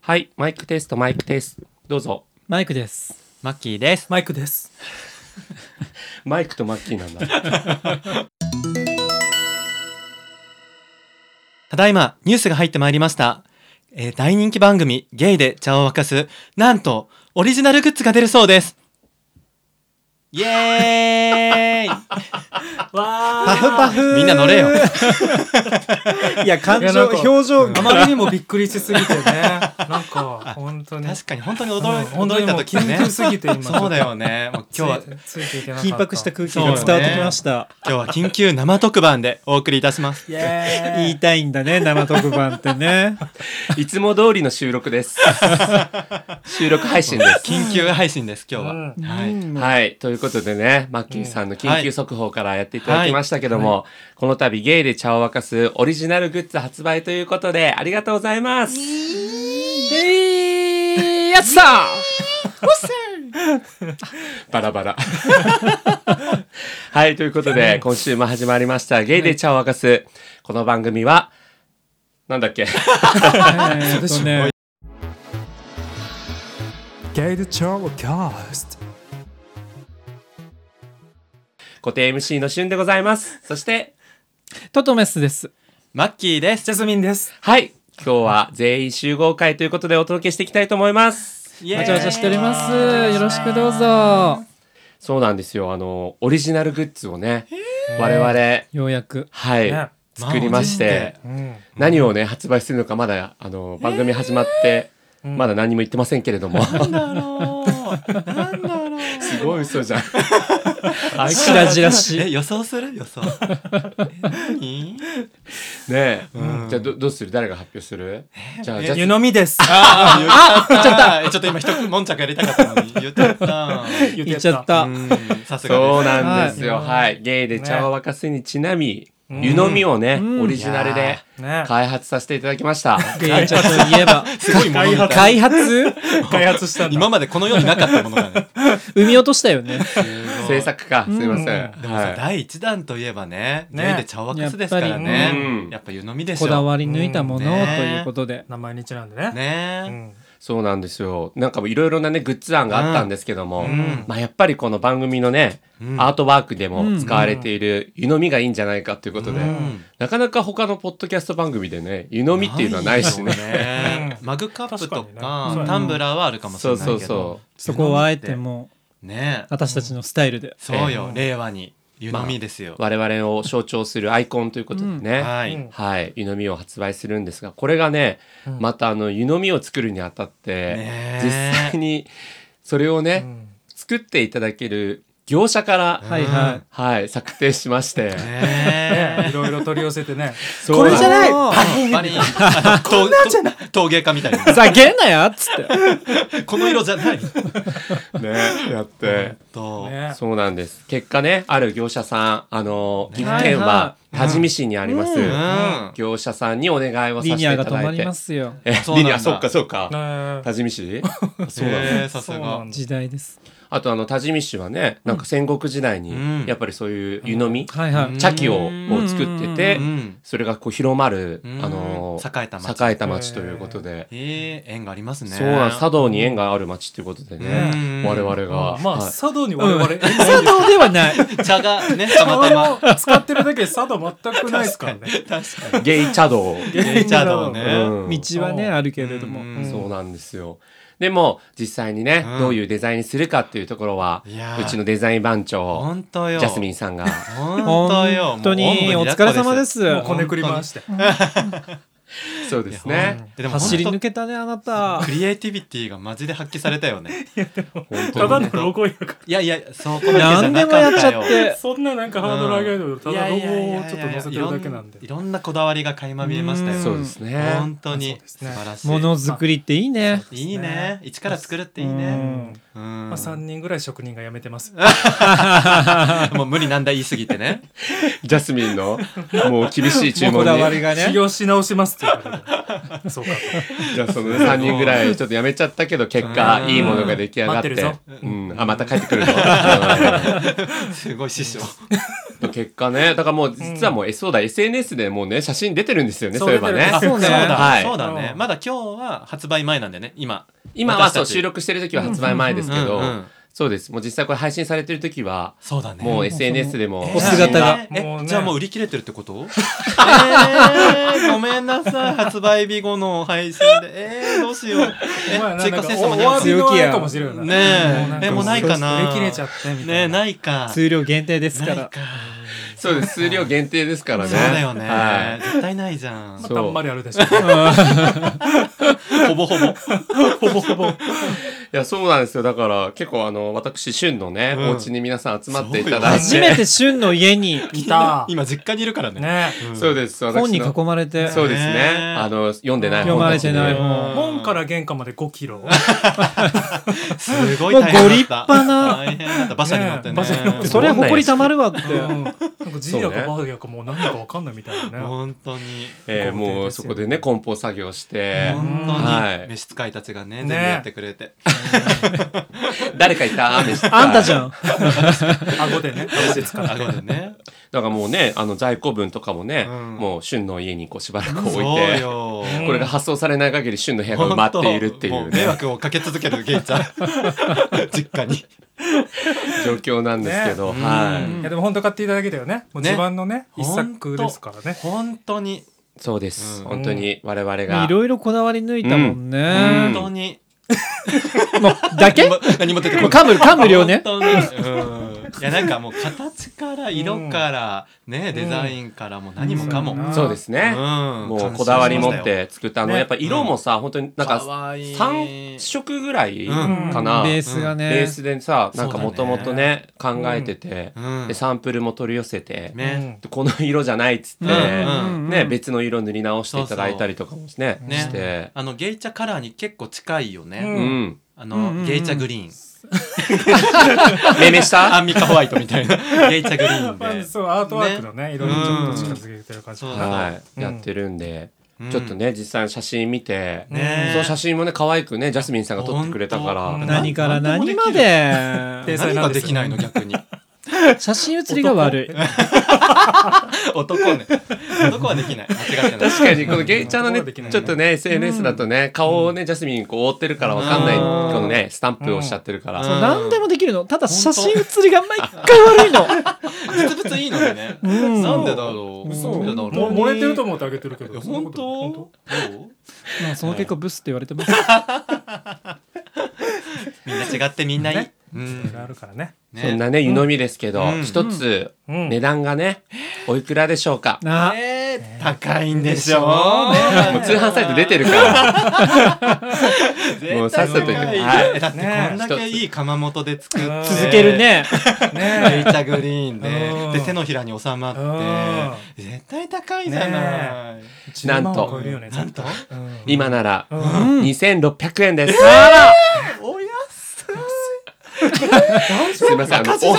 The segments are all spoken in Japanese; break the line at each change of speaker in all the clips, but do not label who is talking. はい、マイクテスト、マイクテスト。どうぞ。
マイクです。
マッキーです。
マイクです。
マイクとマッキーなんだ。
ただいま、ニュースが入ってまいりました。えー大人気番組、ゲイで茶を沸かす、なんと、オリジナルグッズが出るそうです。イ エーイ
わ
パフパフみんな乗れよ。
いや、感
いやな
情、
んか
表情
あ
が。
まりにもびっくりしすぎて ね。なんか本当に
確かに、本当に
うん
驚い
本当
驚
に
いた
もう
時ね
緊。急すぎて今
そうだよね。 もう今日は、今
ついついていけなかった。
緊迫した空気が伝わってきました。
日は緊急生特番でお送りいたします。
イエーイ
言いたいんだね、生特番ってね。
いつも通りの収録 です。収録配信です。
緊急配信です、今日は。
うん
はい。
はい。ということでね、マッキーさんの緊急速報からやっていただきましたけども、この度ゲイで茶を沸かすオリジナルグッズ発売ということで、ありがとうございます。えー、やつさバラバラ。はい。ということで、今週も始まりました、ゲイで茶を沸かす。この番組は、なんだっけ
はいそうね。
ゲイルチョーキャス
固定 MC のしゅんでございます。そして、
トトメスです。
マッキーです。
ジャスミンです。
はい。今日は全員集合会ということでお届けしていきたいと思います。
イエーイ
わちゃわちゃしております。よろしくどうぞ。
そうなんですよ。あの、オリジナルグッズをね、我々、
ようやく。
はい、
ね
作りまし
マジ
て
で、
うん。
何をね、発売するのかまだ、あの、番組始まって、まだ何も言ってませんけれども。
なんだろう。なんだろう。
すごい嘘じゃん。
しらじら し
え、予想する予想。え何
ねえ。じゃあ、どどうする誰が発表するじゃあ、じゃ
湯飲みです。
ああ、言っちゃった。えちょっと今一口もんちゃくやりたかったのに言っちゃった。
言
言っちゃっ。た。
うんさすが
そう
です。
なんですよ。はい。ゲイで茶を沸かすにちなみ、湯飲みをね、オリジナルで
ね
開発させていただきま した。
ゲイちゃんといえば。
すごいものみたい。
開発
開発したんだ。
今までこの世になかったものがね。
産み落としたよね。
制作か、すいません。
でもさ
は
第一弾といえばね、
ね
ねで茶を沸かすですから
やっぱりう
ね
ん。
やっぱ湯飲みでしょ。
こだわり抜いたものをと
ね
いうことで。
名前にちなんでね。う
ね。
ん。
い、そうなんですよ。なんかいろいろなね、グッズ案があったんですけども、
ん
まあやっぱりこの番組のね、アートワークでも使われている湯飲みがいいんじゃないかということで、
ん
なかなか他のポッドキャスト番組でね、湯飲みっていうのはないしね。
よねマグカップと
確か
か
にね
タンブラーはあるかもし
そ
れ
う
な
そ
いうけど
そ。
そこはあえても
ね
う、。私たちのスタイルで。
そうよ、令和に湯飲みですよ
う。。我々を象徴するアイコンということでね。
はい。
うん
はい、湯飲みを発売するんですがこれがね、またあの湯飲みを作るにあたって、
ねえ
実際にそれをね、作っていただける業者から、
はいは
はい、策定しまして、
ね
ね
い ろいろ取り寄せてね。
こ
い。
い
ない
え。バリあのとと陶芸家みたいな。
ざけんなやっつって。
この色じゃない。
ねやって、
と、
ね。
そうなんです結果ねある業者さんあの岐阜県は
は
多治見市にあります、
うん
業者さんにお願いをさ
リ
せてい
ニア
た
が止
だ
ま
い
り
て
ますよ。
え
そうなん
リ
だ
ニアそっかそっか
ね
多治見市
そうだね。さす
そうな
が
ん。だ
時代です。
あとあの多治見市はねなんか戦国時代に
ん
やっぱりそういう湯飲み、
はいはい。
茶器をもう作ってて
うん
それがこう広まる、
うん
あのー
栄えた町
栄えた町ということで、
えー、縁がありますね。
そうなんです茶道に縁がある町ということでね、
うん
我々が、
まあ
はい
茶道に我々。
茶道ではない。
茶がね、たまたま。
茶を使ってるだけで茶道全くないですから ね。
確か
ゲイ茶道、
に。芸茶道ね。
うん
道はね、あるけれども。
うん
そうなんですよでも実際にね、
うん
どういうデザインにするかっていうところはい
やー
うちのデザイン番長
本当よ。
ジャスミン。さんが
本当よ。
本当にお疲れ様で。す。
もうこねくり回して。
そうですね
でも
走り抜
け。
けたね、あなた
ク。リエイティビティがマジで発揮されたよね。
本
た
当
だ
にね
のロゴやか
いやいや、そうこだけじゃ
何で
な
も
か
や
っ
っち
たよ
ゃっ。て。
ら。そんななんかハードル上げるのただロゴをちょっと載せてるだけなんで
い。ろんなこだわりが垣間見えましたよ。
そうですね
本当に素
ね
晴らしい。
ものづくりっていいね。
いいね。一から作るっていいね。うん
まあ三人ぐらい職人が辞めてます。
もう無理なんだ言いすぎてね。
ジャスミンのもう厳しい注文
こ
に
だわりが
修
ね。
行し直しますって言われて。そうか。
じゃあその3人ぐらいちょっとやめちゃったけど結果
うん
いいものが出来上がって
待ってる
うん、あまた帰ってくるのうん
すごい師匠。
った結果ね、だからもう実はもう、えそうだ、SNS でもうね、写真出てるんですよね、
そ
そうういえばね。
あそう
ね
だ、
はい
そうだね。まだ今日は発売前なんでね、今。
今はそう、
私たち
収録してる時は発売前ですけど、
うんうんうん
そうです。もう実際これ配信されてる時は、
そうだね。
もう SNS でも、
えー
お姿が
えーえ
もうね
じゃあもう売り切れてるってこと えーごめんなさい。発売日後の配信で。えー、どうしよう。え
お
チ
前
ェッ
なん
カー
か
先生
お
も
お
ね
詫びのあれかもしれない。
ねえ
ん
えもうないかな
売り切れちゃってみたいな。
ねないか。
数量限定です
な
か。。
いから
そうです。数量限定ですから
そう
ね。
だよね、
は
絶対ないじゃん。
ま
そ
あ、たんまりあ るでしょ う。
ほぼほぼ。ほぼほぼ。
い。いや、そうなんですよ。だから、結構あの、私、旬のね、
うん
お家に皆さん集まっていただい
初
て。
めて旬の家に
来た。
今実家にいるからね。
ね
そうです。私の
本に囲まれ て。
そうです
ね
ね。あの、読んでない
読まれてない
本
本
え門から玄関まで5キロ。
すごい大変だった。
もうご立派な
大変だった。馬車に乗ってね。
ね馬車に乗って
それは誇りたまるわって。
うんなんかジーラかバーギャかもう何だかわかんないみたいなね。
本当に。
えーもうそこでね、梱包作業して、
本当に、
はい
召使いたちがね全
ね
部やってくれて、
誰かい たみたいな
あんたじゃん。
顎でね。
顎でね
だからもうね、あの在庫分とかもね、
うん
もう旬の家にこうしばらく置い
そう
て、
よ
これが発送されない限り旬の部屋が埋まっているってい
本
う
当も迷
ね、
惑をかけ続けるゲイ ちゃん実家に
状況なんですけど、
ね
はい。
いやでも本当買っていただけたよね。もう
ね
自慢のね、一作ですからね。
本当に
そうです。
うん
本当に我々
い
が。
ろいろこだわり抜いたもん
うん
ね。
本当に、
もう、だけ
何も何も出てこ
もう
ない
噛む、噛む量ね。
本当にうんいやなんかもう形から色から、ねデザインからもう何もかも、
う
うんん
そうですね。もうこだわり持って作った、あの、
ね
やっぱ色もさ、本当になん
か
か
わいい
3色ぐらい
うん
かな。
ベ
ベ
ースがね。
ースでさ、なんか
そ
も
うだ
と
ね
もとね、考えてて、
うん
で、サンプルも取り寄せて、
ね、
この色じゃないっつって、
うん
うん
ね、別の色塗り直していただいたりとかもね、
ね
して、
あのゲイチャカラーに結構近いよね、
うん
うん。
あ
うん
の、
うんうん
ゲイチャグリーン
めめした
アンミカホワイトみた いなゲイチャグリーン
まあ
で、
そうアートワークのね、色にちょっと近づけてる感じ。
うんそうだ
は
う
い、
ん
やってるんで、
うん
ちょっとね実際の写真見て、
ね
その写真もね可愛くねジャスミンさんが撮ってくれたから、
本当
何から
何で
何
も
ま
できる
で。
何ができないの逆に
写真写りが悪い。
男ね男はできない間違ってない
確かにこのゲイちゃんのね
うん
ちょっとね SNS だとね顔をねジャスミンこう覆ってるからわかんない
うん
このねスタンプをしちゃってるか
うん
ら、
そう何でもできるの。ただ写真写りが毎回悪いの。
実物いいのでね、
ん
なんでだろう
そ
な
うん
でだろう
も漏れてると思ってあげてるけど。
え本当
本当
どう
まあその結果ブスって言われてます。
みんな違ってみんないい、
ね
う
いろいろあ
ん
るから ね。
そん
ね
なね湯飲みですけど
うん
一、つ
うん
値段がねおいくらでしょうか、
なあ。
えー高いんでしょ
もう通販サイト出てるからもうさっさと行くはい
えだってこんだけいい窯元で作って
ね
続けるね。
レイ
ね
チャグリーン
うん
でで手のひらに収まって絶対高いじゃない、
え。
なんと
10万を超えるよね
なんと
絶対うん
今なら
うん
2600円です、
お安い
すいませんあのお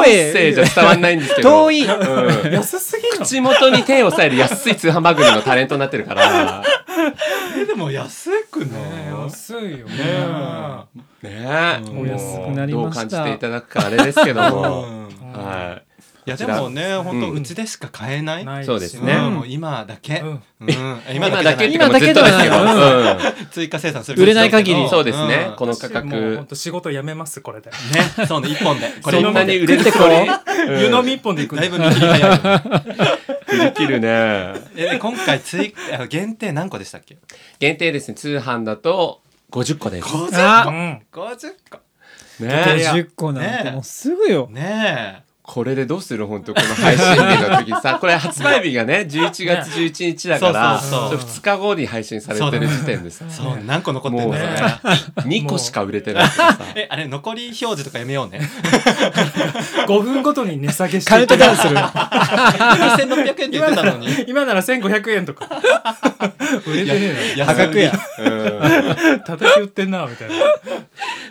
音
声
声じゃ伝わんないんですけど
遠い。
うん
安すぎんの
口元に手を押さえる安い通販番組のタレントになってるから。
えでも安くね
ね安いよね。
ねえ、
うん
もう
安くなり
どう
ま
感
し
じ
た
ていただくかあれですけど
う
も。
んい
は
やでもね本当
うん。
うちでしか買えない、
ないい
そうです
うん
ね。
もう今だけ、
う
うんん、今
今
だ
だ
け
けっ
じ
て
ゃ
かも
ない
ず
う
っとですけど。
今だけ
う
追加生産する
売れない限り
ん。そうですね
ん。こ
この価
もうほ
格
ん。と仕事辞めますこれで。
ねそうね一本でこ
そ
れ一
ん
本
なに
で
売れるこ
湯飲み一本で行くん
だ
だ
いぶ見切り早いよね
できるね。
えで今回追加限定何個でしたっけ
限定ですね。通販だと50個です。
あ
うん
50個
ねえ。
50個なんてもうすぐよ。
ねえ
これでどうする本当この配信日の時さ、これ発売日がね、11月11日だから、
そうそうそう
2日後に配信されてる時点でさ、
そう何個残ってん
もう
だろう
ね
ね
2個しか売れてないからさ。
えあれ残り表示とかやめようね
5分ごとに値下げして
カウントダウン
ン
する。
2600円って言ってたのに
今なら1500円とか 売れてねえ
や
破格や。
うん
な叩き売ってんなみたいな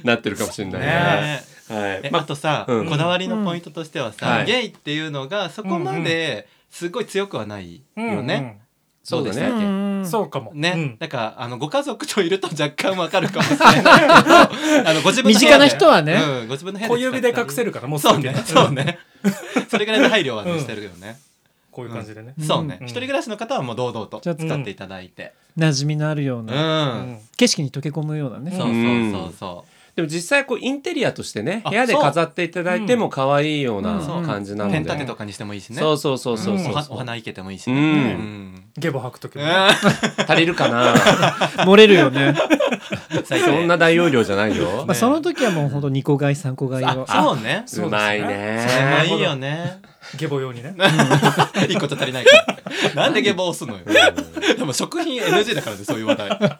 なってるかもしれないね。
ね
は
え
い。
あ
ま
とさ、
うん
こだわりのポイントとしては
うん
さ、
はい
ゲイっていうのがそこまですごい強くはないよね。
そうだ
どうでしたっ
ね。
け
うん
そうかも
ね、
うん
だからあのご家族といると若干わかるかもしれないけどあのご自分の部屋で
身近な人はね
うん、ご自分の部屋
小指で隠せ
る
るからもうす
そう
ぐ
ねそうねそれぐらいの配慮はねしてるけどね、
こういう感じでね。
うん
そうね、
うん
一人暮らしの方はもう堂々と
じ
使
ゃあ
っていただいて
馴染みのあるよう
うん、
な、
うん
景色に溶け込むようなね、
そうそうそうそ
でも実際こうインテリアとしてね
あ
部屋で飾っていただいても可愛いような
そううん
感じ
う、
なので、
ペン立てとかにしてもいいしね
そうそうそうそう
うんお
そう
はお花いけてもいいし
う
ね
ん
ゲボ吐くとき
う
も
ん
ね。
足りるか な
漏れるよね、
最低
そんな大容量じゃないよ
まあ、その時はもうほんと2個買い3個買い
あ
を
そうね
うまいね
それもいいよね
ゲボ用にね。
一個と足り ないからなんで下坊押すのよでも食品 NG だからねそういう話題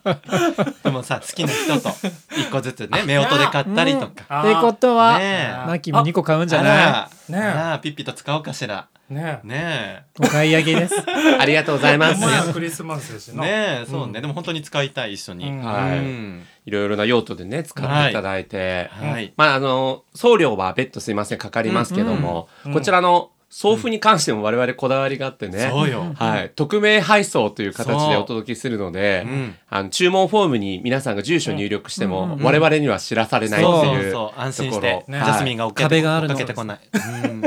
でもさ好きな人と一個ずつね夫婦で買ったりとか
あ
ってこ
ー
とは、
ねえ
マキも2個買うんじゃな
あ
ね
ら
え
あらピッピと使おうかしら
ねえ。
ね
いお買い上げです
ありがとうございます
もやクリスマスですし
え
な。
ねえそうね、でも本当に使いたい一緒に、
うん
はい
うん
いろいろな用途でね使っていただいて、
はい、
まああの送料は別途すいませんかかりますけども、
うんうん
こちらの送付に関しても我々こだわりがあってね、
そうよ、
はい、匿名配送という形でお届けするので、
うん
あの注文フォームに皆さんが住所入力して
うんうん
も
うん
我々には知らされないって
そう
いうとこ
そう
ろ
安心して、
ね
ジャスミンが追っかけ
壁があ
追
るの
っかけてこない、 うん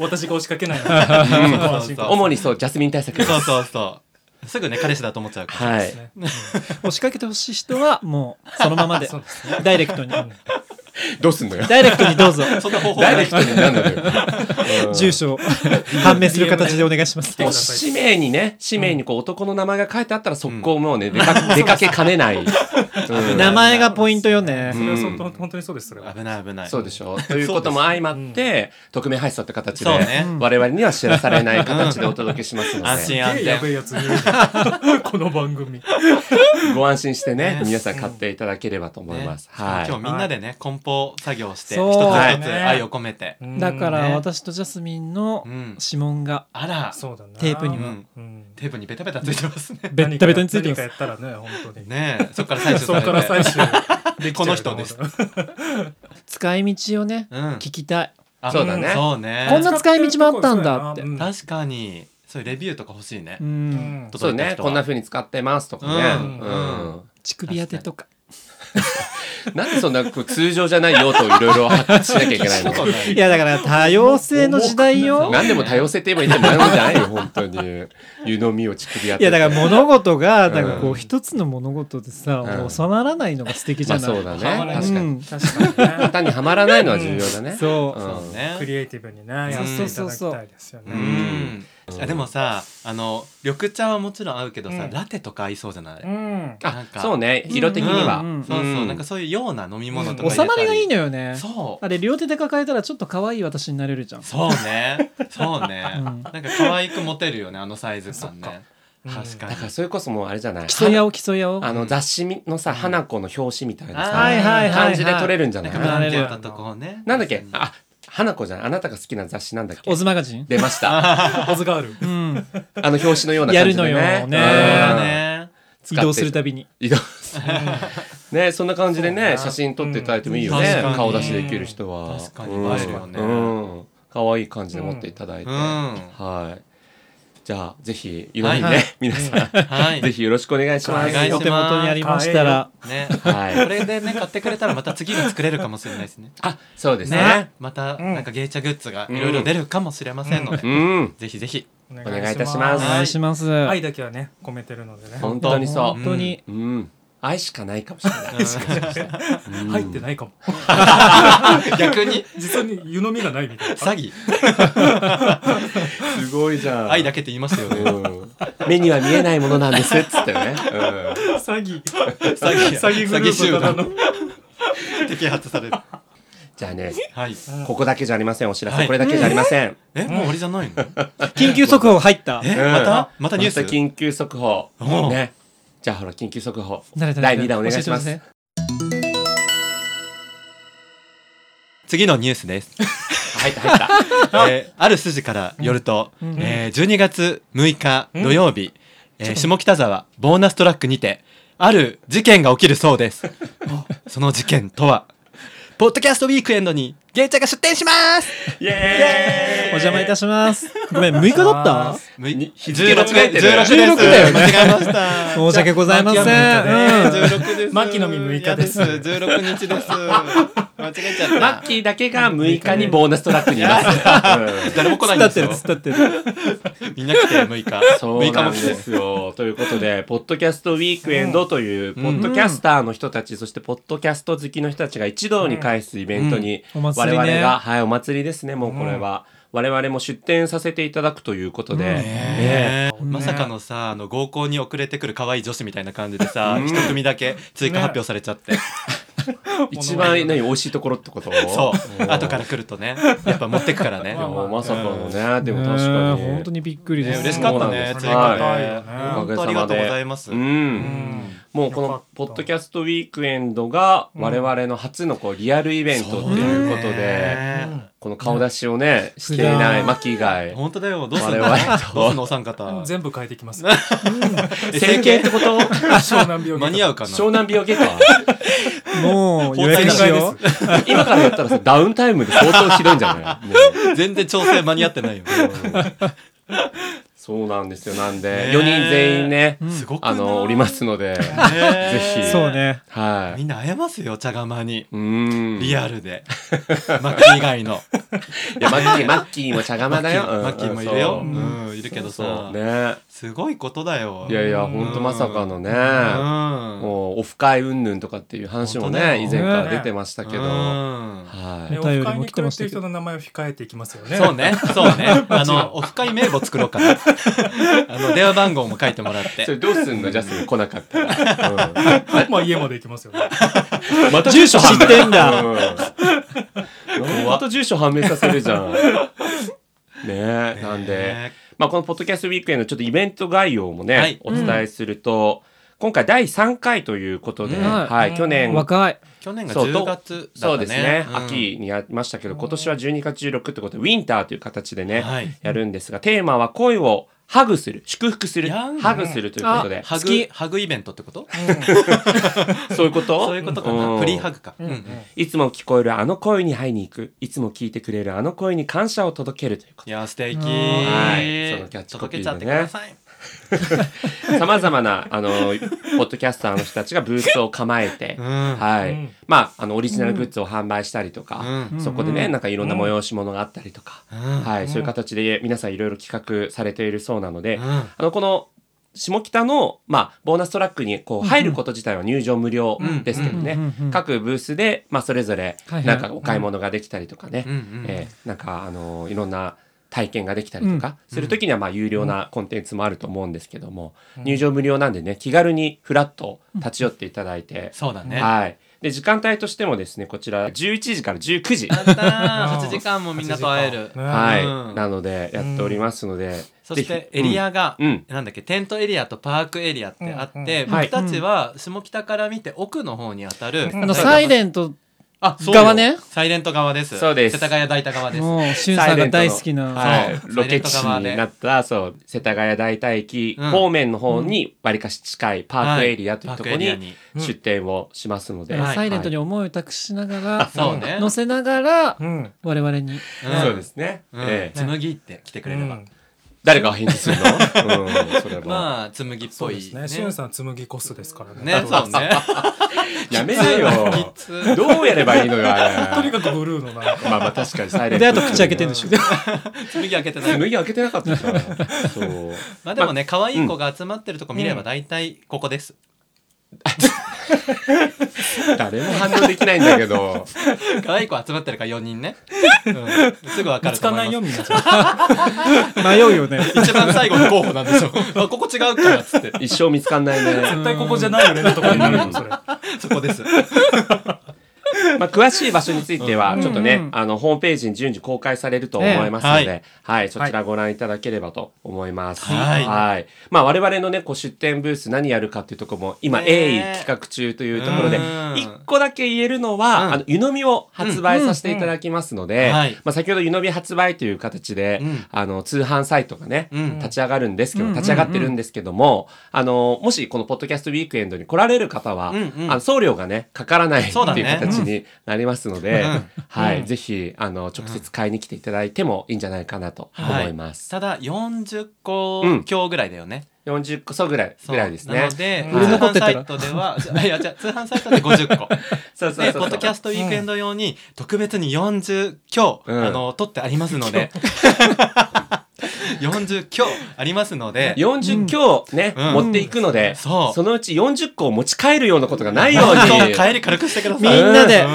私が押しかけ ないので。そこは安心
そう
主にそうジャスミン対策です
そうそうそうすぐね彼氏だと思っちゃうから、
は
で
い
すね。
押しかけてほしい人はもうそのまま で
そうです
ダイレクトに
どうすんのよ
ダイレクトにどうぞ
そんな方法
ダ
な
イレ
い
クトになんだ よ、うん
住所を判明する形でお願いします
もう氏名にね氏名にこう男の名前が書いてあったら速攻もうね、出か出かけかねない、うん
名前がポイントよね
それはそう本当にそうです。それは
危ない危ない
そうでしょということも相まって、匿名配送って形で、
そうね
我々には知らされない形でお届けしますので、
安心安
すげえやべ
全
えやつ言う ねこの番組。
ご安心してね
ね
皆さん買っていただければと思います。はい
今日みんなでね梱包作業して一
そう
つ一つ
ね
愛を込めて、
だか
うん
ら
ね
私とジャスミンの
うん
指紋が
あら
そうだな。
テープに
は
うん。
テープにベタベタついてますね
ベッタベタについてま
何
す
かやったらね、本当に。
ねえそっから最初
そこから最終できちゃうよ
この人です
使い道をね
うん
聞きたい
あ
そうだね
そうね
こんな使い道もあったんだって
うん
確かにそういうレビューとか欲しいね、
う
うんん
そうねこんな風に使ってますとかね、
うん
うん
乳首当てとか
なんでそんなこう通常じゃない用途をいろいろ発掘しなきゃいけない
そう
の
だ
い
ね
やだから多様性の時代よ
何でも多様性って言えばいいんじゃないのじゃない よ本当に湯飲みを乳首やっ
い
て
やだから物事がだからこ
う
うん一つの物事でさ
うん
収まらないのが素敵じ
ま
ゃ
あ
ない
そうだね
はまらない
確か
う
に
ん
確かにね
型にはまらないのは重要だね
そう
そうね
クリエイティブにねやっていただきたいですよ
う
ね
んいやでもさあの緑茶はもちろん合うけどさ、
うん
ラテとか合いそうじゃない、
うん
あ
なんか
そうね色的には、
うんうん
そうそう、
うん
なんかそういうような飲み物とか入れた
収まりがいい
ね
のよね
そう
あれ両手で抱えたらちょっと可愛い私になれるじゃん
そうね。そうね。
うん
なんか可愛くモテるよね、あのサイズ感ね。
そっか
確か
だ
に
から。それこそもうあれじゃない
競い合おう競い合おう
あの雑誌のさ花子の表紙みたいな
あーはい
さ
はい
はい
感じで撮れるんじゃな
ないん
か
か
な
ブランケットとこうね。
なんだっけあ花子じゃんあなたが好きな雑誌なんだっけ
オズマガ ジン
出ま したあ
オズガール
うん
の表紙のような感じでね
やるのよね
そう
うん
だね。
移動するたびに
移動 するねそんな感じで
そう
ね
ね
写真撮っていただいてもいいよ
うん
ね
確かに
顔出しできる人は
確かに映えるよね
うん可愛い感じで持っていただいて
うん
はいじゃあぜひいろいろ
は
ね
い
皆さん
はい。
ぜひよろしくお願いし
お
ま
願い
す
します
お手元にありましたら
ね。
はい
これでね、買ってくれたらまた次が作れるかもしれないですね。
あそうですね
ね。また、
うん
なんか芸茶グッズがいろいろ出るかもしれませんの
う
で。
ん
ぜひぜひ。
お
お願いいたしま
お
す
願いします
愛だけはね込めてるのでね
本当にそう
本当に
うん愛しかないかもしれないうん
入ってないかも
逆に、
実際に湯飲みがないみたいな
詐欺。
すごいじゃん
愛だけって言いまし たよね。
うん目には見えないものなんですっつってね、
詐欺
詐欺。
詐欺グループ
詐
から
欺集
の
団。摘発される。
じゃあね
はい。
ここだけじゃありませんお知らせ、
はい
これだけじゃありません、
え、もう終わりじゃないの
緊急速報 入った
え、
うん
またまたニュー
ま
ス
た緊急速報
おう
ねじゃあほら緊急速報
誰誰
第2弾お願いします
教えてくだ
次のニュースです。
入った入った
えーある筋からよると、
ん
えー12月6日土曜日、えー下北沢ボーナストラックにてある事件が起きるそうですその事件とはポッドキャストウィークエンドにゲイチャが出店します
イエ
さいお邪魔いたしますごめん6日だった
16
日付間違えてる
16です
16だよね
間違えました
申し訳ございません
じゃあ
うん
巻き網みたいで
16です
牧野実六
嫌16
日です
日です間違えちゃった。
マッキーだけが6日にボーナストラックにい ます。
誰も来ないん
だ
で
っ
す
てる
よ
突っ。立ってる
みんな来て6日。
そう
6日
な
も
ん
来
で
て。
すよ。ということで、ポッドキャストウィークエンドという、ポッドキャスターの人たち、そしてポッドキャスト好きの人たちが一堂に会すイベントに、
うんお
我
祭
々
りね
が、はい、お祭りですね、もうこれは。我々も出展させていただくということで、ね
ねまさかのさ、あの合コンに遅れてくる可愛い女子みたいな感じでさ、一組だけ追加発表されちゃって。
一番何美味しいところってこと
そう。後から来るとね、やっぱ持ってくからね。
いやまさかのね、でも確か
ね
に。
本当にびっくりで
ね
す
嬉しかったね、
そうなんで
追加
す
で。
はい
おかげさ
本当
まで
ありがとうございます。
うんもうこのポッドキャストウィークエンドが我々の初のこうリアルイベントっていうことで、
ね
この顔出しをね、していないマキ以外、
本当だよ。どうすんの
我々と
どうすんのお三方。
全部変えてきます。
整形って こと
湘南病
間に合うかな
湘南美容外科
もう予約しよう
今からやったらさ、ダウンタイムで相当ひどいんじゃ ないもう
全然調整間に合ってないよ。
そうなんですよ。なん
ね
で、4人全員ね、
すごくない
あの、おりますの で、
ぜ
ぜひ
そうね
は
み
い。
んな会えますよ、茶釜に。
うん。
リアルで。マッキー以外の。
いや、マッキー、マッキーもしゃがまだよ。うん
マッキーもいるよ。、
そううん
いるけど
そ
さ
う。ね。
すごいことだよ。
いやいや、ほんとまさかのね。
うん。
もうオフ会云々とかっていう話も
本当だ
ね
よ
以前から出てましたけど、
うん
はい
ね、
お
オ
便
フ
りも
会に
来て
来
ま
る
したけど
人の名前を控えていきますよね。
そうね、そうね。 あの、オフ会名簿作ろうかな。あの、電話番号も書いてもらっ
それ
て。
どうすんのジャスミン来なかった ら、
まあ家まで行きますよね。
うんまた
住所知ってんだ
うんまた住所判明させるじゃんねえなんで、
ね
まあ、このポッドキャストウィークへのちょっとイベント概要もね、
はい
お伝えすると、今回第3回ということで、
うん
はい、去年
若い
去年が
そう
10月だ
そ
ったね。
うですね、
うん。
秋にやりましたけど今年は12月16ってことでウィンターという形でね、
はい
やるんですがテーマは恋をハグする祝福する
やん
ハグするということで
ハ
好き
グ、ハグイベントってこと
そういうこと
そういうことか
う
な。
ん
フリーハグか。うん
いつも聞こえるあの声に会いに行くいつも聞いてくれるあの声に感謝を届けるというこ
いや、素敵。
はいそのキャッチコピーで
届
ね
けちゃってください。
とさまざまなあのポッドキャスターの人たちがブースを構えて、
ん
はい
うん
まああのオリジナルグッズを販売したりとか、
う
そこでねなんかいろんな催し物があったりとか、はい、そういう形で皆さんいろいろ企画されているそうなので、
うん
あのこの下北の、まあ、ボーナストラックにこう入ること自体は入場無料ですけどね、
うんうんうんうん
各ブースで、まあ、それぞれ
はいはい
なんかお買い物ができたりとかね、
うんうん
えーなんか、あのーいろんな体験ができたりとかする時にはまあ有料なコンテンツもあると思うんですけども、入場無料なんでね気軽にフラッと立ち寄っていただいて、
そうだね。
はい、で時間帯としてもですねこちら11時から19時。
やった ー8時間もみんなと会える。
はい、
うん
なのでやっておりますので、
そ
ぜ
し
ひ
てエリアが、
うん
なんだっけテントエリアとパークエリアってあって、
ん
僕たちは下北から見て奥の方に当たる、
あのサイ
ン
レント
あそうよ
側ね
サイレント側です
そうです
世田谷代田側です
もうしゅんさんが大好きな、
はい
そう
ロケ地
サイレント側で
になったそう世田谷代田駅
うん
方面の方にわりかし近いパークエリアという
はい
ところ
パークエリ
に出店をしますので、
えー
はい
サイレントに思いを託しながら、
そうね
乗せながら
うん。
我々に
ん
そうですね、
うん
ええ
紬って来てくれれば、
誰が返事 するの、うん、それは、
まあ紬っ
そ
ぽ
う
い
ですね。しゅんさん紬コスですからね。
ねそうね
やめな よ
きつ
どうやればいいのよ
と
あれ
に かくブルーのなんか。
まあまあ確かにサイレント
であと口開けてんでしょ
紬開けてない
脱ぎ開けてなかったからそう
まあでもね可愛い子が集まってるとこ見れば大体ここです、
誰も反応できないんだけど
可愛い子集まってるから4人ね、うんすぐ分かる
つ
と
か
思
ないいよ
ます
みんな。
迷うよね
一番最後の候補なん でしょあここ違うからっつって
一生見つかんないね
絶対ここじゃないよねのとこになるよそれ。
そこです
まあ、詳しい場所については、ちょっとね、
うんうん
あの、ホームページに順次公開されると思いますので、
ええは
はい、そちらご覧いただければと思います。
はい
まあ、我々のね、こう、出店ブース何やるかっていうところも、今、
ね
鋭意
え
企画中というところで
うん、
一個だけ言えるのは、
うん
あの、湯飲みを発売させていただきますの
うんう
で
んはい、
まあ、先ほど湯飲み発売という形で、
うん
あの、通販サイトがね、
うん
立ち上がるんですけど、立ち上がってるんですけども、あの、もしこのポッドキャストウィークエンドに来られる方は、
うんうん
あの送料がね、かからないってい
そううだね
形形になりますので、
うん
はい、ぜひあの直接買いに来ていただいてもいいんじゃないかなと思います。
ただ40個強ぐらいだよね、
40個そうぐらいぐらいですね
なの。で、通
うん売れ残っ
販
てた
サ
ら
イトでは、じゃあいや、じゃあ通販サイトで50個。
そうそう
で、
そ
ポ
う
ッドキャストウィークエンド用に、特別に40今日、
うん
あの、撮ってありますの で、40今日ありますので、
40今日ね、
うん
持っていくので、
そう
のうち40個を持ち帰るようなことがないよう
本
に。
当帰り軽くしてください。
みんなで
うん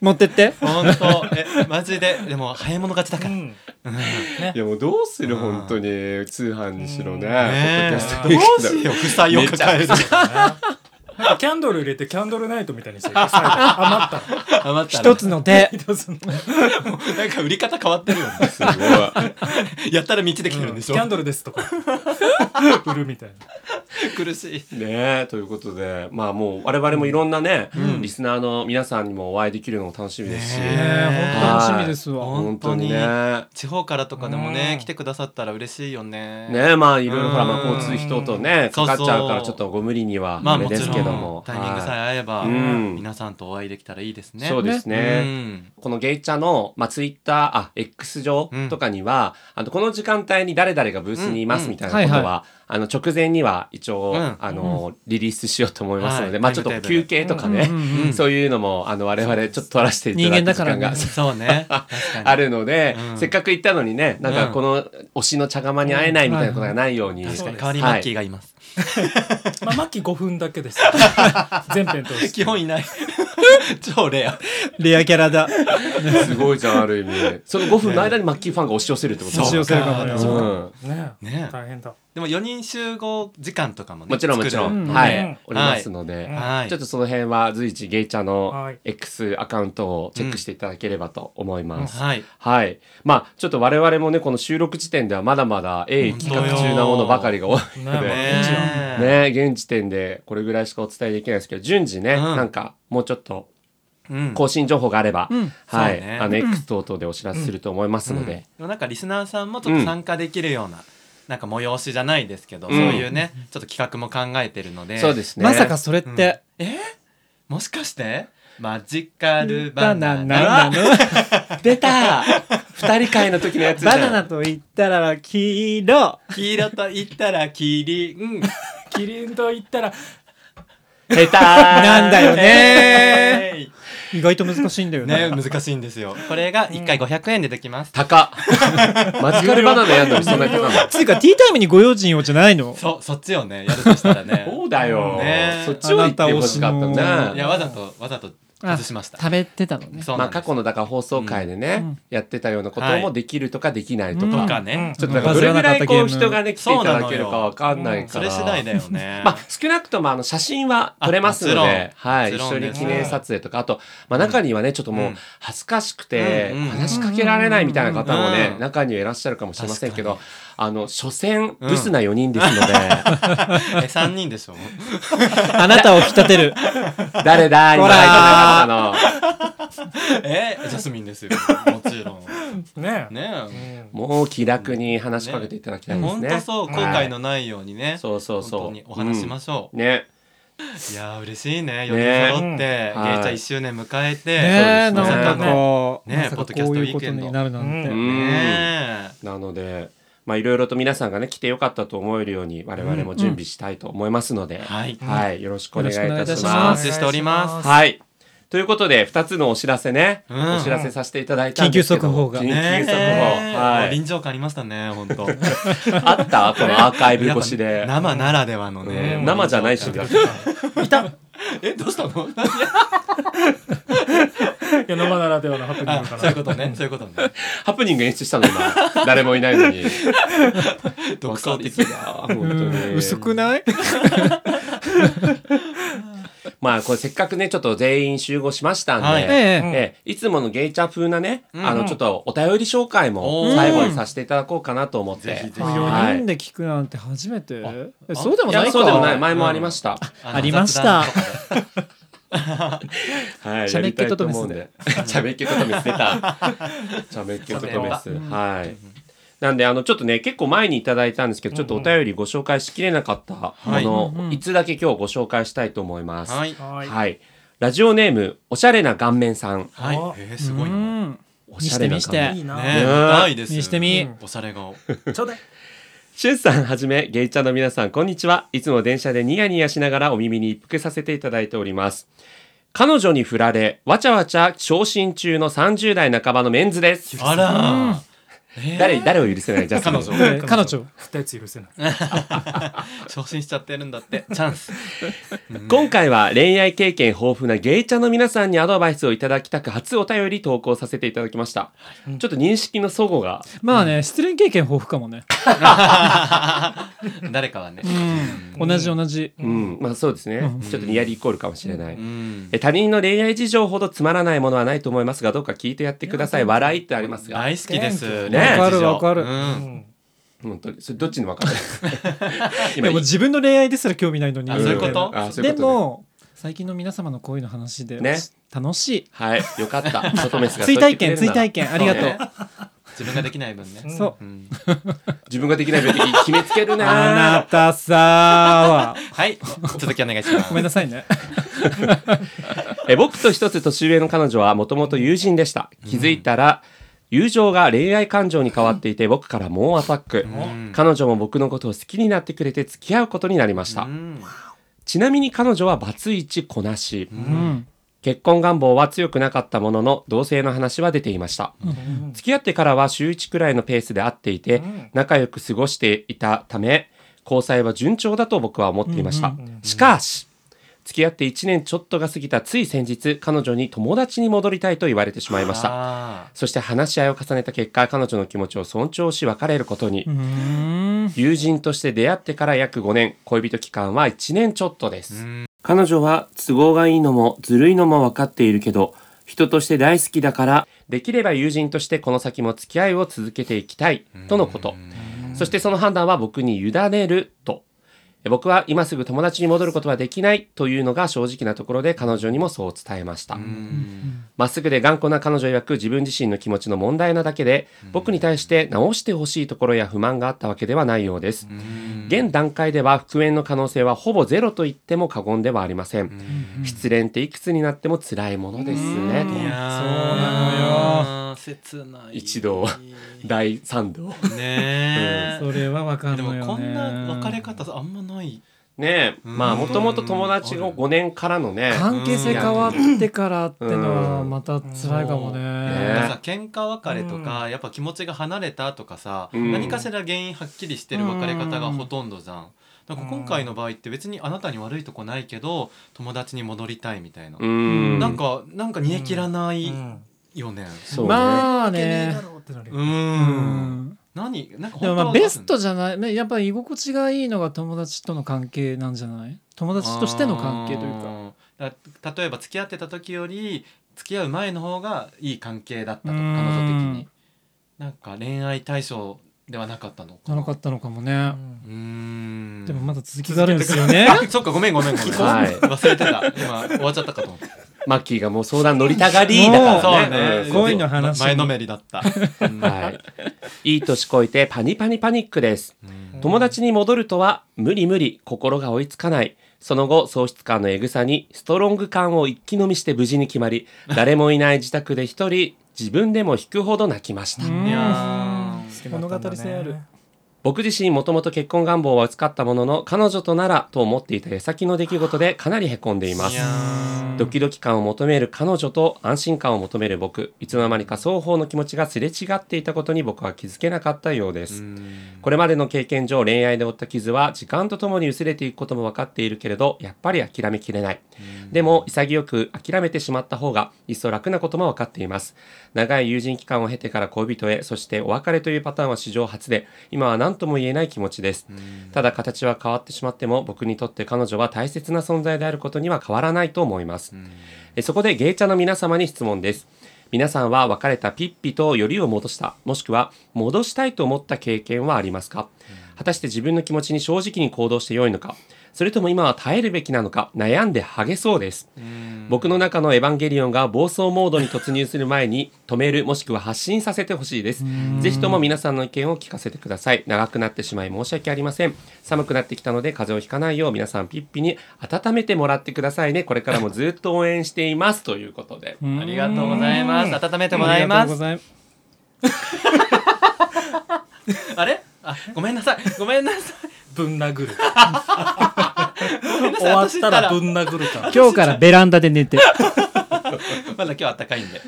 持ってって。
本当え、マジで、でも、早い者勝ちだから。
いやもうどうする
うん
本当に通販にしろね。
ね
ポッド
え、
キ
ど
ャ
う
スト
しよう、負債を抱える。
なんかキャンドル入れてキャンドルナイトみたいにしてる最後余ったの
余った
一
ら
つの手。
一つの
なんか売り方変わってるよね。
すごい。
やったら道できてるんでしょ
キャンドルですとか売るみたいな
苦しい。
ねえということでまあもう我々もいろんなね、リスナーの皆さんにもお会いできるのも楽しみですし、
え
ね
ー、本当楽しみですわ。
本当にね。
地方からとかでもね
うん
来てくださったら嬉しいよね
ねえまあいろいろほら
うん
まあ交通費等々ね
そ
か
うそ
か
う
っちゃうからちょっとご無理には
ま
あ
あ
れ
も
で
ち
す
ろ
けど
ん
も、
タイミングさえ
は
合えば
うん
皆さんとお会いできたらいいです
い
ね
そうですね。
うん
このゲイチャの、まあ、ツイッター、あ、X 上とかには、あの、この時間帯に誰々がブースにいま
うん
す
うん
みたいなことは、
はいは
あの、直前には一応、
うん
あの、リリースしようと思いますので、
はい
まあ、ちょっ
タイ
と
ムテーブル
休憩とかね、
うんうん
うん
そういうのも、あの、我々ちょっと取らせていただく時間
人間だから
が
ね。
そ うね確かに
あるので、
うん
せっかく行ったのにね、なんかこの推しの茶釜に会えないみたいなことがないように。
確かに代
は
わ
い
りマッキーがいます
まあマッキー5分だけです全編通して
基本 いない超レア
レアキャラだ。
すごいじゃん、ある意味。その5分の間にマッキーファンが押し寄せるってこと
そう押し寄せるか
もね
う
そ
ん
ねえ
ね
大変だ
でも4人集合時間とかもね
もちろんもちろ
作る
ん、
ので
は
うん
い、おりますので、
はい
ちょっとその辺は随時ゲイチャ
は
の
い
X アカウントをチェックしていただければと思います。
はい
はい。まあ、ちょっと我々もね、この収録時点ではまだまだ鋭意企画中なものばかりが多いの
本当よ
で、
ね
ね、現時点でこれぐらいしかお伝えできないですけど、順次ね、
うん
なんかもうちょっと
うん
更新情報があれば、
うん
はい、
そうね
あの X 等々でお知らせすると思いますので、
うん、なんかリスナーさんもちょっと参加できるような、なんか催しじゃないですけど、
うん
そういうねちょっと企画も考えてるので
そうですね。
まさかそれって、
えもしかしてマジカルバ
バナ
ナナ
ナの、
出た二人会の時のやつじゃ
バ
ん
ナナと言ったら黄色。
黄色と言ったらキリン
キリンと言ったら
下手
な
なん
だよね。
え
意外と難しいんだよ
ーね
ね。
難しいんですよこれが1回500円でできます、
高っマジカルバナナやんのにそんなに高い
つうか、ティータイムにご用心をじゃないの
そそっちをねやるとしたら ね
そうだよ、
ね
そっちを言ってほしかった
あなた
ない
やわざとわざと
あ
外しました
食べてたのね。
そう
まあ
なんで
過
す、
去のだから放送回でね、
うん
やってたようなこと
は
も
い
できるとかできないとか、
うん
とかね、
ちょっとだからどれぐらいこう人がね来ていただけるかわかんないか
そ
ら、
れ次第だよね
まあ、少なくともあの写真は撮れますの
あもちろん
で、はい、
も
一
ち
緒
ろんね
に記念撮影とか、あと、まあ、中にはね、ちょっとも
う
うん恥ずかしくて
うんうん、
話しかけられないみたいな方も
う
ね
ん、
中にはいらっしゃるかもしれませんけど
確、
あの、所詮、ブスな4人ですので、
え3人でしょ
あなたを引き立てる。
誰だ、今
ほら
相手の中の。
えジャスミンですよもちろん
ねえ
ね
う
え
ん
もう気楽に話しかけていただきたいです
本
ね。
当そう後悔のないようにね、
そうそうそう。
本当にお話しましょう、
うんね。
いやー嬉しいね
ね
4人揃って、
うん
ゲイチャ1周年迎えて、
ね
そ
え、
うで
な
すね
んかこう、
ね
まさかこういうことになるなんて。
う
う
ね
ん
ねえ
なので、まあ、いろいろと皆さんがね、来てよかったと思えるように、我々も準備したいと思いますので、
はい
はい、よろしくお願いい
よろしくお願いい
た
た
し
し
お
ま
ま
待
す。
ちしております
はい。ということで、二つのお知らせね、
うん
お知らせさせていただいたんですけど。
緊急速報が
緊急
ね
速報。
えもう
はい。
臨場感ありましたね 本当
あったこのアーカイブ越しで。
生ならではのね、
うん生じゃないし、
臨場
だっ
感
て
えどうしたの
いや生ならではのハプニン
あ
グか
そういう
な
ことねそういうことね
ハプニング演出したの今、誰もいないのに。
独創的
だ。本当に。
薄くない
まあ、これせっかくね、ちょっと全員集合しましたんで、
はい
ええ
ええいつものゲイチャ風なね、
うん
あの、ちょっとお便り紹介
お
も
ー
最後にさせていただこうかなと思って。
ぜひぜひ
はい
4人で聞くなんて初めて、え
あ
そうでも
い
な
や、
いか
そうでもない。前もありました。
の
あり ました
雑談とかで
はい。
チャメッケトトメス
やりたいと思うんでチャメッケトトメス出た。チャメッケトトメス。はい。なんで、あの、ちょっとね、結構前にいただいたんですけど、ちょっとお便りご紹介しきれなかったも
はい
の、いつだけ今日ご紹介したいと思います。
はい
はい
はい。ラジオネーム、おしゃれな顔面さん。
はい
あ
えー、すごいなね
うん
おしゃれな
にして
顔面
み
いいな
え見たいです
にしてみ
おしゃれ顔
ちょうだい
シュンさんはじめゲイチャの皆さんこんにちはいつも電車でニヤニヤしながらお耳に一服させていただいております彼女に振られわちゃわちゃ昇進中の30代半ばのメンズです
あらー、
誰誰を許せないじゃあ
彼女
その
えー彼女
二つ許せない
昇進しちゃってるんだってチャンス
今回は恋愛経験豊富なゲイチャの皆さんにアドバイスをいただきたく初お便り投稿させていただきました、ちょっと認識の齟齬が
まあね失恋経験豊富かもね
誰かはね
同じ同じ
うん、まあそうですね、ちょっとニヤリイコールかもしれない、
うん
え他人の恋愛事情ほどつまらないものはないと思いますがどうか聞いてやってください笑いってありますが
大好きです
ね
わ
わか
るわかる
うん
本当にそれどっちにも分かる
でも自分の恋愛ですら興味ないのに
あそういうこと
んあそうい
で
うことね
も最近の皆様の恋の話で
ね
楽しい
はいよかった外メスがそう言
追
っ
体
てくれる
験
な
追
ら
体験ありがとう
自分ができない分ね
そう
うん
自分ができない病気決めつける
あな
な
たさーは
はい続きお願いします
ごめんなさいね
え僕と一つ年上の彼女はもともと友人でした気づいたら、友情が恋愛感情に変わっていて僕から猛アタック、
ん
彼女も僕のことを好きになってくれて付き合うことになりました、
うん
ちなみに彼女はバツイチこなし、
うん
結婚願望は強くなかったものの同性の話は出ていました、付き合ってからは週1くらいのペースで会っていて、仲良く過ごしていたため交際は順調だと僕は思っていました、しかし付き合って1年ちょっとが過ぎたつい先日彼女に友達に戻りたいと言われてしまいました
あ
そして話し合いを重ねた結果彼女の気持ちを尊重し別れることに、
うーん
友人として出会ってから約5年恋人期間は1年ちょっとです、
ーうん
彼女は都合がいいのもずるいのも分かっているけど人として大好きだからできれば友人としてこの先も付き合いを続けていきたいとのことそしてその判断は僕に委ねると僕は今すぐ友達に戻ることはできないというのが正直なところで彼女にもそう伝えました
うん
まっすぐで頑固な彼女曰く自分自身の気持ちの問題なだけで僕に対して直してほしいところや不満があったわけではないようです
うん
現段階では復縁の可能性はほぼゼロと言っても過言ではありません、失恋っていくつになっても辛いものです
い
ね
や
そう
の
な
よ切ない
一度第3度
ねえ、
それはわかん
で
のよね
もこんな別れ方あんまない
ねえ
うん
まあもともと友達の5年からのね
関係性変わってからってのはまた辛いかもね
なん
ね
かさ喧嘩別れとか、やっぱ気持ちが離れたとかさ、
うん
何かしら原因はっきりしてる別れ方がほとんどじゃん。なんか今回の場合って別にあなたに悪いとこないけど友達に戻りたいみたいな、
うん
なんかなんか煮え切らない
うん
よね。
そうね、
まあ
いけねえ
ね
だろってなるよ
う、
うんん
何なんか本
で
当は
もまあ
どう
ベ
す
ス
んの
トじゃないねやっぱり居心地がいいのが友達との関係なんじゃない友達としての関係というか
あーだ例えば付き合ってた時より付き合う前の方がいい関係だったと
う
彼
ん
女的になんか恋愛対象ではなかったのか
なのかったのかもね
うーん
でもまだ続きがあるんですよね
あそっかごめんごめんごめん、
はい
忘れてた今終わっちゃったかと思った
マッキーがもう相談乗りたがりだからね
そうね
ん
恋の話
前のめりだった、うん
はい、いい年こいてパニパニパニックです
うん
友達に戻るとは無理無理心が追いつかないその後喪失感のえぐさにストロング感を一気飲みして無事に決まり誰もいない自宅で一人自分でも引くほど泣きました
うん
いやー
物語性ある
僕自身もともと結婚願望は薄かったものの彼女とならと思っていた矢先の出来事でかなりへこんでいま
い
す
やー
ドキドキ感を求める彼女と安心感を求める僕いつの間にか双方の気持ちがすれ違っていたことに僕は気づけなかったようです、
うん
これまでの経験上恋愛で負った傷は時間とともに薄れていくことも分かっているけれどやっぱり諦めきれないでも潔く諦めてしまった方が一層楽なことも分かっています長い友人期間を経てから恋人へそしてお別れというパターンは史上初で今は何とも言えない気持ちですただ形は変わってしまっても僕にとって彼女は大切な存在であることには変わらないと思いますえそこでゲイチャの皆様に質問です皆さんは別れたピッピとよりを戻したもしくは戻したいと思った経験はありますか果たして自分の気持ちに正直に行動してよいのかそれとも今は耐えるべきなのか悩んでハゲそうです
うん
僕の中のエヴァンゲリオンが暴走モードに突入する前に止めるもしくは発信させてほしいですぜひとも皆さんの意見を聞かせてください長くなってしまい申し訳ありません寒くなってきたので風邪をひかないよう皆さんピッピに温めてもらってくださいねこれからもずっと応援していますということで
ありがとうございます温めても
あ
ら
り
い
が
ま
とうご
す
ざいます
あれあごめんなさいごめんなさい
ぶん殴る
ごめんなさい
終わっ
私
た
った
ら
ら
ぶん殴るから
今日からベランダで寝て
まだ今日あったかいんで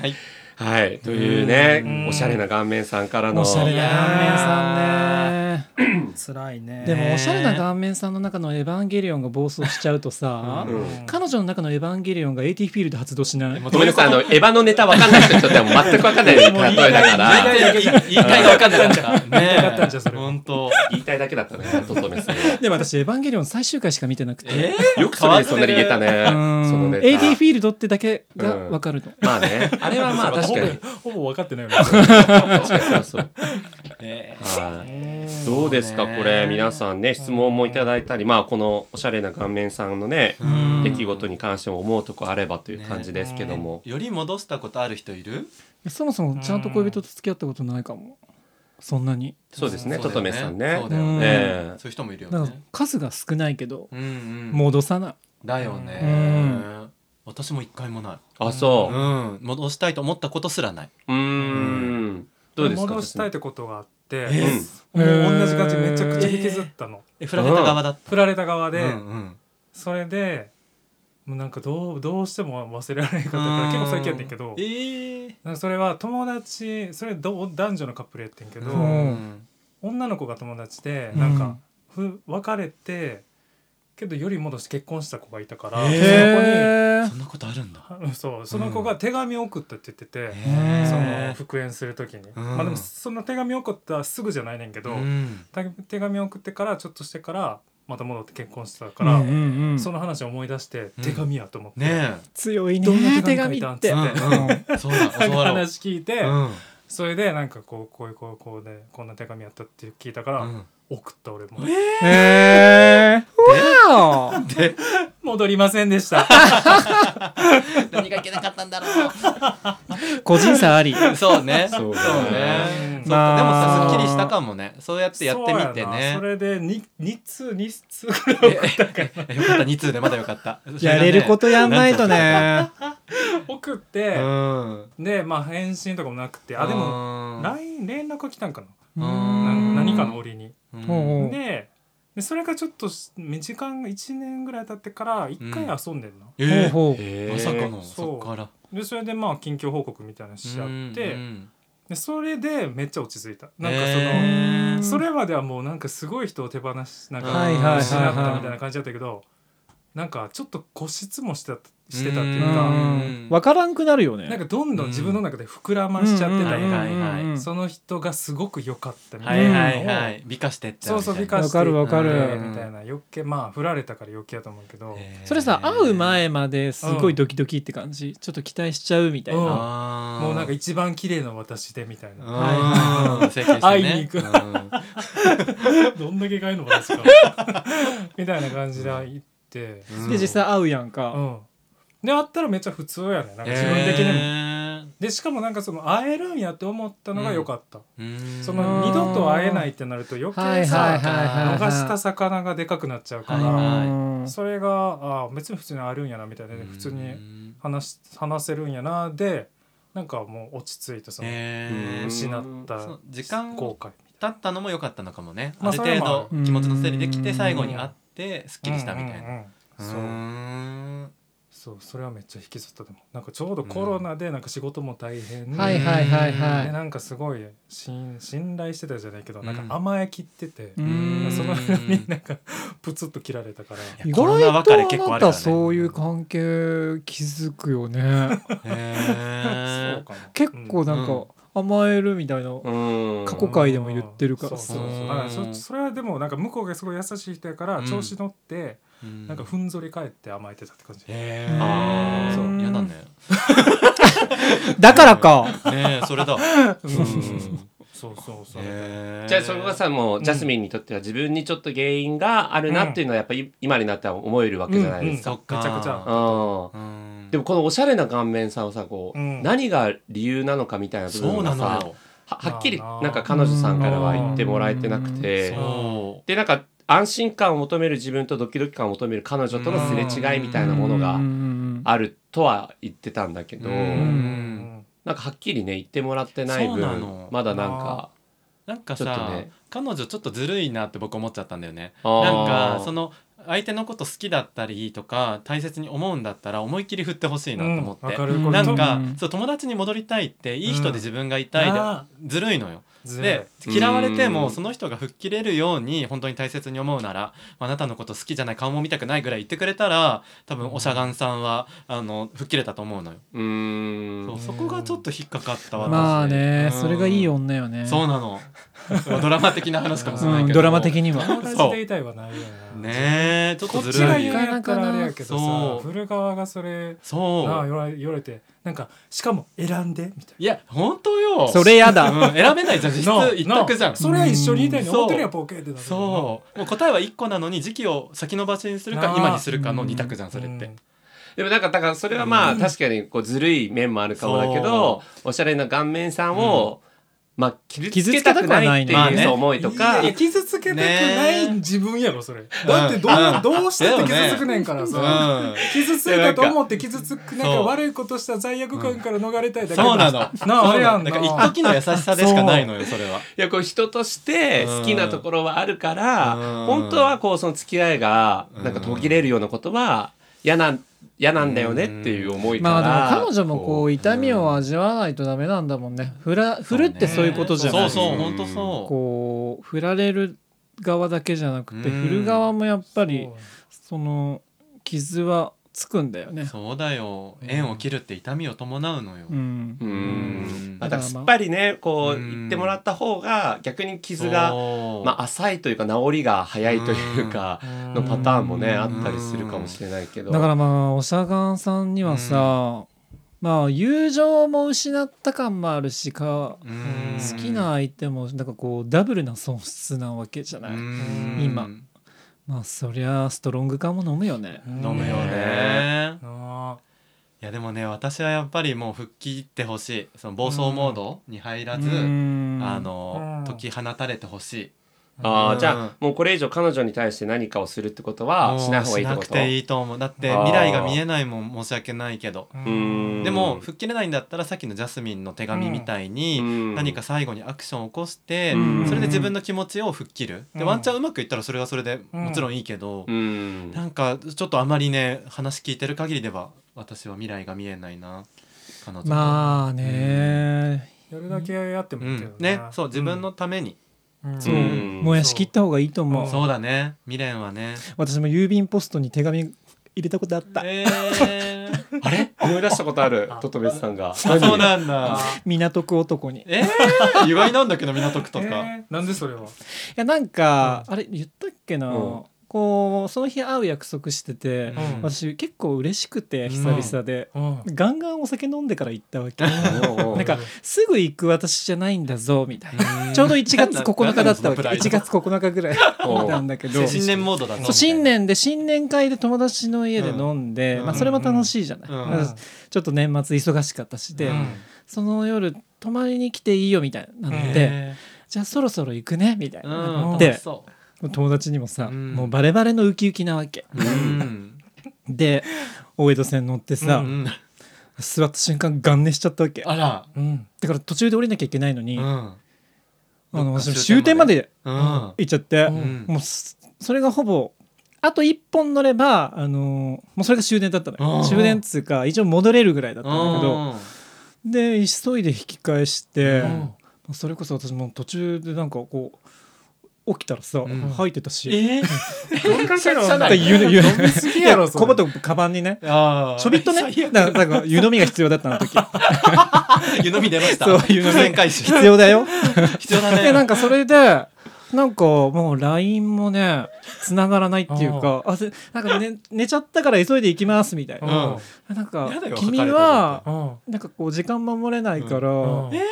はい
はい、というね
うん
おしゃれな顔面さんからの
おしゃれ
い
な
やー
顔面さんね
辛いね
でもおしゃれな顔面さんの中のエヴァンゲリオンが暴走しちゃうとさ、
うん
彼女の中のエヴァンゲリオンが AT フィールド発動しない。
ごめんなさいあのエヴァのネタわかんない人にとってはもう全くわかんない例えだから
言い換えだけ言い換えが分かんないからね
言いたかったんじゃんそれ
本当
言いたいだけだったねトトメさん
でも私エヴァンゲリオン最終回しか見てなくて。
えー
よくそれでそんなに言えたね
うーん
そのネタ
AT フィールドってだけがわかるの。
まあねあれはまあ確かに
ほぼほぼ分かってないよね
確かにそうそう
え
はいどうですか
ね
これ皆さんね質問もいただいたりまあこのおしゃれな顔面さんのね
ん
出来事に関しても思うとこあればという感じですけども
ーより戻したことある人いる
そもそもちゃんと恋人と付き合ったことないかも。そんなに。
そうですね
そう
ト
だ
ト
よね
メさんね
そうだよね
ええ
そういう人もいるよ
なんか
ね
数が少ないけど
うんうん
戻さない。
だよね、
うん
私も一回もない、
あそう
うん、戻したいと思ったことすらない、
うーん。どうですか。
戻したいってことがあって、
うん
もう同じ感じめちゃくちゃ引きずったの、
え振られた側だっ
振られた側
た
で、
うんうん
それでもうなんかどうどうしても忘れられないかったから結構最近やってんけど
えー
なんかそれは友達それどう男女のカップルやってんけど、
うん
女の子が友達で
うん
なんか、ふ別れてけどより戻して結婚した子がいたから、
え
へー
そんなことあるんだ
そこにそうその子が手紙を送ったって言ってて、
へー
その復縁する時に、まあでもその手紙を送ったらすぐじゃないねんけど、
うん
手手紙を送ってからちょっとしてからまた戻って結婚してたか
うん
ら、
うんうん
その話を思い出して、
うん
手紙やと思って、
ね
強い
どん
ね
な
手
手
紙
紙書
っ
い
て。
え、
た
うんん
で
うん、そうだ
なん
教
か
わろう
話聞いて、
うん
それでなんかこうこういうこうこうでこんな手紙やったって聞いたから、
うん
送った俺も、
へー。わー
で
戻りませんでした
何がいけなかったんだろ
お個人差あり。
うそうね
そうだね
ねそう
ま
か
あ
でもさすっきりしたかもねそうやってやってみて
そうやな
ね
それで 2, 2通2通ぐらい
ええよかった2通でまだよかった
やれることやんないとね。
送っ
それ
て、
がね
でまあ返信とかもなくて
うん
あでも
うん
LINE 連絡が来たんか
う
ななんん何かの折に
うん
うん
ででそれがちょっとし時間が1年ぐらい経ってから1回遊んでんの、
え
ほう
ー
ほう。
え
まさかの
そ
そうっから
でそれでまあ近況報告みたいなのしちゃって、
うん
でそれでめっちゃ落ち着いたなんかその、
へー
それまではもうなんかすごい人を手放しなん
はいはいはい
か
はい
失ったみたいな感じだったけどなんかちょっと固執もしてたしてたっていう
う
か
んわからんくなるよね。
なんかどんどん自分の中で膨らましちゃってた
う
り
んはいはいはい
その人がすごく良かったみた
はいい
なのを、
はいはい美化してっちゃ
そうう
みたいう
そ
な
美化して
わかるわかる
みたいな余計まあ振られたから余計だと思うけど、
えー
それさ会う前まですごいドキドキって感じ、ちょっと期待しちゃうみたいな、
うん
あー
もうなんか一番綺麗な私でみたいな、
はいはい整形してね
会いに行く
うん
どんだけかいの私か みたいな感じで行って、
うん
で実際会うやんか、
うん、で会ったらめっちゃ普通やねなんか自分的にも、
え
でしかもなんかその会えるんやって思ったのが良かった、
ーうん
その二度と会えないってなると余
は
計
い
さ、
はいはいはい
逃した魚がでかくなっちゃうから、
はいはい
それがあー別に普通に会えるんやなみたいな
う
で
ん
普通に話し話せるんやなでなんかもう落ち着いてその
えー
失った
そう時間
後悔
経ったのも良かったのかもね、
まあ
あ、る
それもあ
程
る
度気持ちの整理でき
う
て
ん
最後に会ってすっきりしたみたい
うんう
な、
んうん
う、
そうんそうそれはめっちゃ引きずったでもなんかちょうどコロナでなんか仕事も大変で、
はいはいはい
で
は
なんかすごい信信頼してたじゃないけど、
うん
なんか甘えきってて、
うーん
その間に なんかプツッと切られたから
い意
コロナ
外
別れ
と
結構
あな
あるからね
たそういう関係気づくよね
そ
へ
うかな
結構なん
うん
か甘えるみたいな、
うん。
過去回でも言ってるから
そ
さ
うそうそう
うん
だからそそれはでもなんか向こうがすごい優しい人やから
うん
調子乗って、
え
なんかふんぞり返って甘えてたって感じ、
へ
うん
ーあーそううん嫌だね
だからか
ねえそれだ、うん、
そうそうそう、
へー
じゃあそこがさもうジャスミンにとっては自分にちょっと原因があるなっていうのはやっぱり今になったら思えるわけじゃないですか。
そっか
めちゃくちゃ
うん
うん
でもこのおしゃれな顔面さんをさこう、
うん
何が理由なのかみたいな部
そ
分
うな
がさ
の
は
よ
はっきり
まあな
なんか彼女さんからは言ってもらえてなくて
うん
そ
でなんか安心感を求める自分とドキドキ感を求める彼女とのすれ違いみたいなもの
うん
が
うん
あるとは言ってたんだけど。
う
うんん
うん
なんかはっきりね言ってもらってない
そうな
分
の
まだなんか
なんか
ちょっ
さ、
とね
彼女ちょっとずるいなって僕思っちゃったんだよね
あ
な
ー
んかその相手のこと好きだったりとか大切に思うんだったら思いっきり振ってほしいなと思って、
わかる
うん
これ
なんか、
うん
そう友達に戻りたいっていい人で自分がいたいで、
うんあ
ずるいのよ。
ずるい
で嫌われて
う
も
ん
その人が吹っ切れるように本当に大切に思うならあなたのこと好きじゃない顔も見たくないぐらい言ってくれたら多分おしゃがんさんはあの吹っ切れたと思うのよ。
うーん
そううんそこがちょっと引っかかった私。
まあね、
うん
それがいい女よね。
そうなの。 ドラマ的な話かもしれないけど、
うんドラマ的には。
友達でいたいはないよな
ねえちょっ
ことっ
ず
ちが
るい
言う
よ。
んやったらあれやけど
そう
さ振る側がそれ
そう。
なあ言われ言われてなんかしかも選んでみたい
いや本当よ。
それや だ。
うん選べないじゃん実質
ななあ
一択じゃん。
それは一緒にいたいの
うん
思ってるやんボケってなる
そうもう答えは1個なのに時期を先延ばしにする
な
か
あ
今にするかの
うん
2択じゃんそれって、
でもなんかだからそれはまあ確かにこうずるい面もあるかもだけどおしゃれな顔面さんをまあ傷つけたくないって
傷つけたくはない
い
ね
うそう思いとか
いやいや傷つけたくない自分やろそれ、だってどう,、
うん
どうしてって
だよね
傷つくねんから
う
さ、
ん
傷ついたと思って傷つくなん
そ
か
う
悪いことした罪悪感から逃れたいだけだ
そうなの
なあ
そう
れ
な
や
の
ん
だ
な
から一時の優しさでしかないのよそれはい
やこう人として好きなところはあるから、
うん
本当はこうその付き合いがなんか途切れるようなことは嫌なん嫌なんだよねっていう思いから、
まあでも彼女もこう痛み
うん
を味わわないとダメなんだもんね。振ら振るってそういうことじゃない。
そうそう本当そう
こう振られる側だけじゃなくて、
うん
振る側もやっぱ
そう
りその傷はつくんだよね。
そうだよ縁を切るって痛みを伴うのよ、
うん
う。
うん
んまあだからすっぱりねこう
うん
言ってもらった方が逆に傷が、
そう
まあ、浅いというか治りが早いというか
うん
のパターンもね
うん
あったりするかもしれないけど
だからまあおしゃがんさんにはさ、まあ友情も失った感もあるしか
うん
好きな相手もなんかこうダブルな損失なわけじゃない、
うん
今まあそりゃストロング缶も飲むよね、
飲むよね
なあ
いやでもね私はやっぱりもう復帰ってほしいその暴走モードに入らず、
うん
あの、
うん
解き放たれてほしい
あ
う
ー
ん
じゃあもうこれ以上彼女に対して何かをするってこと
も
は
う
しない方がいいってこ
し
と
なくていいと思うだって
あー
未来が見えないもん申し訳ないけど、
う
うん
でも吹っ切れないんだったらさっきのジャスミンの手紙みたいに、
うん
何か最後にアクションを起こして、
うん
それで自分の気持ちを吹っ切る、
う
で
ん
ワンチャンうまくいったらそれはそれでもちろんいいけど、
うん
なんかちょっとあまりね話聞いてる限りでは私は未来が見えないな彼女の
まあね、
やるだけやって
う
もいいけど
ん、ねそう自分
ん
のために、
うん
そううん燃やし切った方がいいと思う、
ん
そうだね未練はね
私も郵便ポストに手紙入れたことあった、
えー、
あ れ思い出したことあるトトベスさんが
あそうなんだ
港区男にい
えー、意外なんだけど港区とか、
えーなんでそれは
やなんか、あれ言ったっけな、
うん
こうその日会う約束してて、
うん
私結構嬉しくて久々で、
うん
ガンガンお酒飲んでから行ったわけ
な
なんかすぐ行く私じゃないんだぞみたいな
うん
ちょうど1月9日だったわけ
なんだなんだ
1月9日ぐらいなんだけど
新年モードだ
そう新年で新年会で友達の家で飲んで、
うん
まあ、それも楽しいじゃない、
うん
だからちょっと年末忙しかったしで、
うん
その夜泊まりに来ていいよみたいになって、
で、
じゃあそろそろ行くねみたい
うん、
ななっ
楽
て
し、そ
友達にもさ、
うん
もうバレバレのウキウキなわけ
う。うん、
で大江戸線乗ってさ、
うん
座った瞬間ガン寝しちゃったわけ
あら、
うん
だから途中で降りなきゃいけないの
う
に、
ん、
あの
どっか
終点まで
うん、
行っちゃって、
うん
うん
もうすそれがほぼあと1本乗れば、あのーもうそれが終電だったの
うん
よ終電っつうか一応戻れるぐらいだったんだけどで急いで引き返して、
うん
もうそれこそ私もう途中でなんかこう起きたらさ、
ん
吐いてたし、
え
なんか湯の湯の
飲みすぎやろ
い
それ
小バとカバンにね
あー
ちょびっとねなんかなんか湯飲みが必要だったあの時
湯飲み出ました。
そう湯飲み
伏線回収
必要だよ
必要だね。
でなんかそれでなんかもう LINE もね繋がらないっていうかあせなんか、ね、寝ちゃったから急いで行きますみたいな、
うん
なんか
やだよ
君は
うん
なんかこう時間守れないから、
うん
え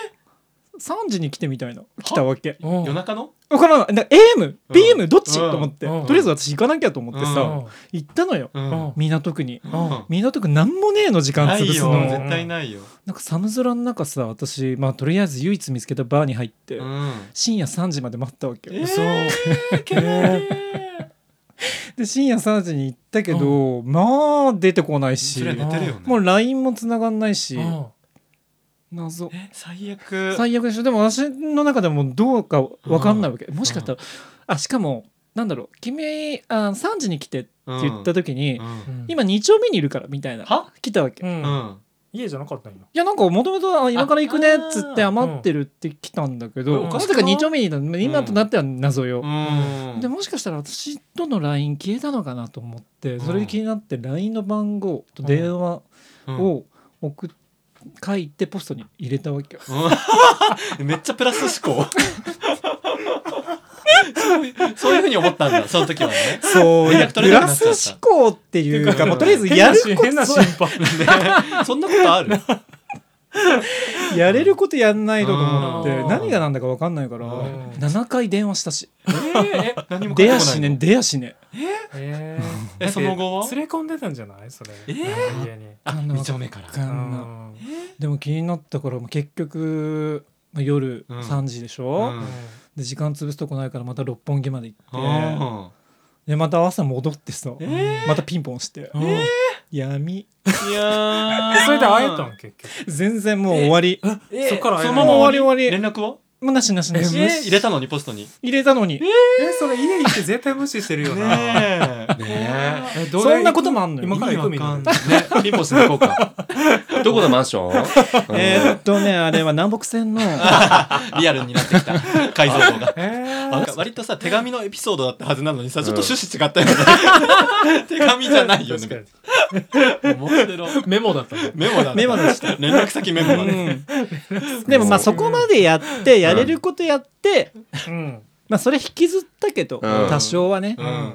3時に来てみたいな来たわけ
うん
夜中の？
分からないだ AM、
うん
PM どっち、
うん
と思って、
うん
とりあえず私行かなきゃと思ってさ、
うん
行ったのよ、
うん
うん
港区に
うん
港区なんもねえの時間
ない
潰す
よ、
の
絶対ないよ。
なんか寒空の中さ私まあとりあえず唯一見つけたバーに入って、
うん。
深夜3時まで待ったわけよ、
え
嘘
え
で深夜3時に行ったけど、まあ出てこない
ー
し
それ寝てるよね。
もう LINE も繋がんないし、
うん
謎
最悪
最悪でしょでも私の中でもどうか分かんないわけ、もしかしたら、あしかもなんだろう君あ3時に来てって言った時に、
うん
うん
今2丁目にいるからみたいな
は
来たわけ、
う
う
い
んん
家じゃなかったんや
やなんかもともと今から行くねっつって
あー
余ってるって来たんだけ
う
ど
ん
なぜか2丁目にいたの今となっては謎よ、
うん
でもしかしたら私との LINE 消えたのかなと思って
ん
それで気になって LINE の番号と電話を送っ書いてポストに入れたわけよ。
うんめっちゃプラス思考 そういうふうに思ったんだその時はね
そう
連
いや
絡取
プ
れなく
ラ
なっ
ス
ちゃった
思考っていうか、
うん
もうとりあえずやるこ
変な心配
ねそんなことある
とやれることやんないとか思って
うん
何がなんだか分かんないから
うん
7回電話したし
えー何も
出
返っ
や
てこ
し
ない
ね
の
出やしね
え
えその後は
連れ込んでたんじゃないそれ
えー
なんか家に
あ二丁目から
わか
うん
なんでも気になったからもう結局まあ夜
うん
3時でし
う
ょ、
ん
で時間潰すとこないからまた六本木まで行って。
うん
でまた朝戻ってさ、
えー
またピンポンして、
え
闇
いやー
それで会えたん結局
全然もう終わり、
え
そっから会え
そ
な
のま
い
ま終わり
終わ
連絡は
もうなしなしなし、
え入れたのにポストに
入れたのに、
えそれ家行って絶対無視してるよ な
ねえね
えどれ
そんなこともあんのよ
今から行くみ
意味
ん
わか
なんで
ないねピンポンしていこうか
どこのマンション、 うん
えーっとねあれは南北線の
リアルになってきた解像度が
えー
なんか割とさ手紙のエピソードだったはずなのにさちょっと趣旨違ったよね手紙じゃないよ
確か
ね
に
面白い
メモだったね
メモだね
メモでした
連絡先メモだね
うんでもまあそこまでやってやれることやって、
うん
まあそれ引きずったけど、
うん
多少はね、
うん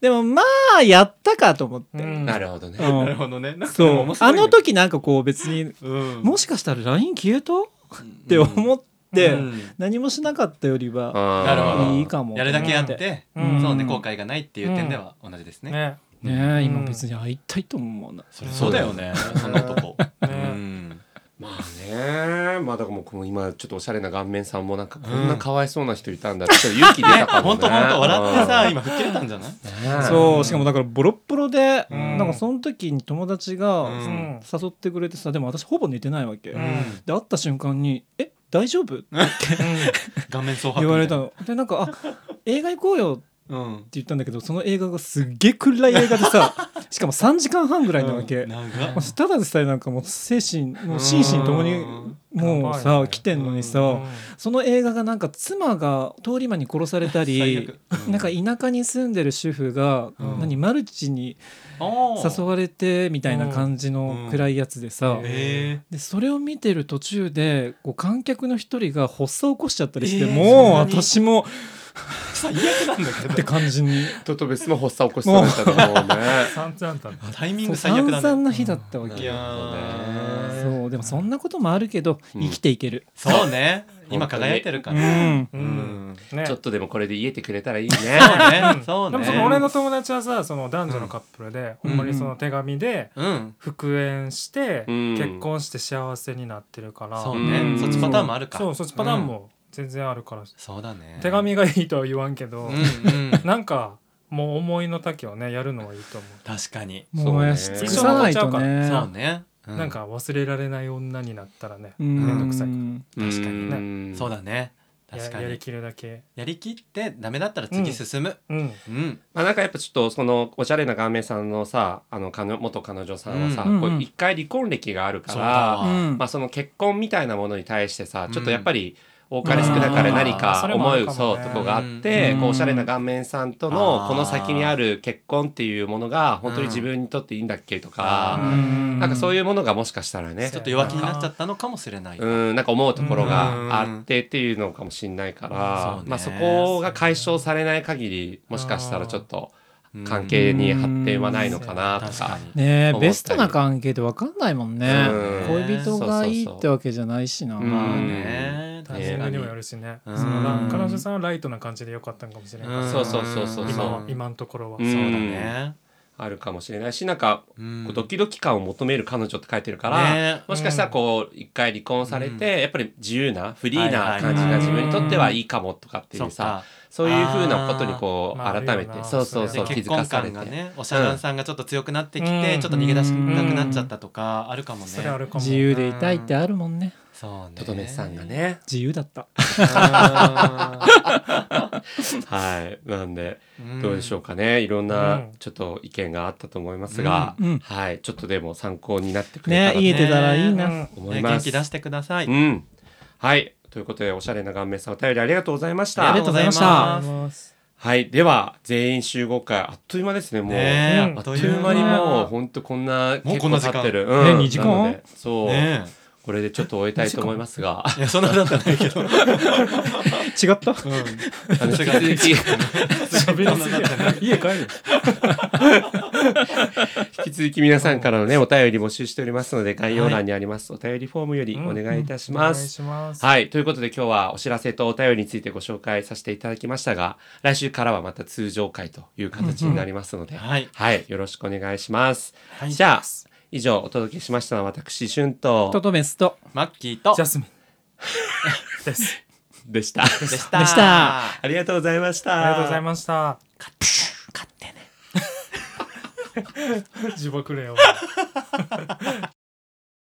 でもまあやったかと思って、
うん
なるほどね、
うん
なるほどねなんかでも
そう
面白
あ
いね
の時なんかこう別に
うん
もしかしたら LINE 消えたって思って、
うん
何もしなかったよりは、
あー
なるほど
いいかも
やるだけやって
うん
そうね後悔がないっていう点では同じですね
ね
ねえ今
うん
別に会いたいとも思うな、
そりゃそうだよねそんなとこうん
まあねまあだからもうこの今ちょっとおしゃれな顔面さんもなんかこんなかわいそうな人いたんだってちょっと勇気出たかもね
本当本当笑ってさ今吹っ切れたんじゃない
今
そうしかもだからボロッボロで、
うん
なんかその時に友達
う
が
ん
誘ってくれてさでも私ほぼ寝てないわけ、
う
で
ん
会った瞬間に「え大丈夫?」って
顔面蒼白みたい
言われたのでなんか「あ映画行こうよ」って
うん
言ったんだけどその映画がすっげえ暗い映画で さしかも3時間半ぐらいなわけ、
長
まあただでさえなんかもう精神もう心身ともに
うん
もう
やばい
さ
ね
来てんのにさ、
うん
その映画がなんか妻が通り魔に殺されたり
最悪うん
なんか田舎に住んでる主婦が、
うん
何マルチに誘
わ
われてみたいな感じの暗いやつでさ、
うん
え
でそれを見てる途中でこう観客の一人が発作を起こしちゃったりして、
えーそ
もう
んなに
私も
ー最悪なんだけ
っ
ど
て感じに
トトベスも発作起こしそうだったと思うね
散々だった
タイミン
そう
グ最悪
散
だ
々
ね
な日だったわ
な
け、
る
や
ほどね
そうでもそんなこともあるけど、
うん
生きていける、
そうね今輝いてるか
う
ら
ん、
う
う
んん
ね
ちょっとでもこれで癒えてくれたらいいね
そうねそう
ん
ね
でもその俺の友達はさその男女のカップルで、
うん
ほんまにその手紙で
うん
復縁して、
うん
結婚して幸せになってるから
そう
う
ね
ん
そっちパターンもあるか
そうそっちパターンも全然あるから、
そうだね
手紙がいいとは言わんけど、
うんうん
なんかもう思いの丈をねやるのはいいと思
確かに
もう燃やし尽くさないとね
そうね
う、
う
なんか忘れられない女になったらね、
うん
めん
どくさい
確かに
ね
ね
そうだね
や
確か
やり
に
きるだけ
やりきってダメだったら次進む
うん
うん
まあ、なんかやっぱちょっとそのおしゃれな顔面さんのさあの彼女元彼女さんはさ
うん
こう
うん
一回離婚歴があるか
そうだ
ら、
わ
うん
まあ、その結婚みたいなものに対してさ
うん
ちょっとやっぱり多かれ少なかれ何
あーそ
か
れもあ
思
る
う
かもね
そうとこがあって
うん
こうおしゃれな顔面さんと
あ
の
ー
この先にある結婚っていうものが本当に自分にとっていいんだっけと
う
か
ん
なんかそう
い
いうものがもしかしたらね
ち
ちょっと弱気になっちゃったのかもしれない
うん、なんか思うところがあってっていうのかもしれないから、
うん
まあ、そ
そ
う
ね
こが解消されない限りもしかしたらちょっと関係に発展はないのかなと
確か
か。
に
ね
思ったり
えベストな関係って分かんないもんね、
うん
恋人がいいってわけじゃないしな、
うん
まあね
タイミングにもよ
る
るしね、
うん
そのラ彼女さんはライトな感じでよかったんかもしれない、
そうそうそうそう
今は
う
今のところは、
うん
そうだね
あるかもしれないしなんか
うん
こうドキドキ感を求める彼女って書いてるから、
ね
もしかしたらこう一回離婚されて、やっぱり自由なフリー
はいは
ない感じが自分にとってはいいかもとかっていうさ、
そ
そ
うか
ういうふうなことにこう
あーまああ
改
るよな
めてそうそう
それ
そう
は
気
結
づか
婚
され
感
て
がねおしゃさんがちょっと強くなってきて、
うん
ちょっと逃げ出しなくなっちゃったとかあるかもね、
それあるかも
自由でいたいってあるもんね
そうね
とどめさんがね
自由だった
はいなんで
うん
どうでしょうかねいろん
う
なんちょっと意見があったと思いますが、
うんうん
はいちょっとでも参考になってくれたら
ね
と
言えてたらいいな、
うん
思
ね
い
元
ま
気
す。
出してください、
うん。はい。ということで、おしゃれな顔面さん、お便りありがとうございまし
あ
あ
た
り
り。
が
がと
とう
う
ご
ご
ざ
ざ
い
い
ま
ま
し
したた
はい。では、全員集合会、あっという間ですね、もう。
ねえ
うん
あっという間にもう、
う
ほんとこんな、
もうこんな時
結構
間
経ってる。
ね
うん
二時間
なのでそう。
ね
これでちょっと終えたいと思いますが、
えいやそんなことはないけど、うん、
違った
あの、引き続 き、
喋りすぎや家帰る
引き続き皆さんからのね、お便り募集しておりますので、概要欄にあります、お便りフォームよりお願いいたしま
お願い
す。
します
はい。ということで今日はお知らせとお便りについてご紹介させていただきましたが、来週からはまた通常会という形になりますので、
はい
はい。よろしくお願いします。
はい
じゃあ、以上お届けしましたのは私、春
と
と
とめすと
マッキーと
ジャスミンです
でした。
でした
でした
ありがとうございました。
ありがとうござい ました。買ってね。自爆れよ。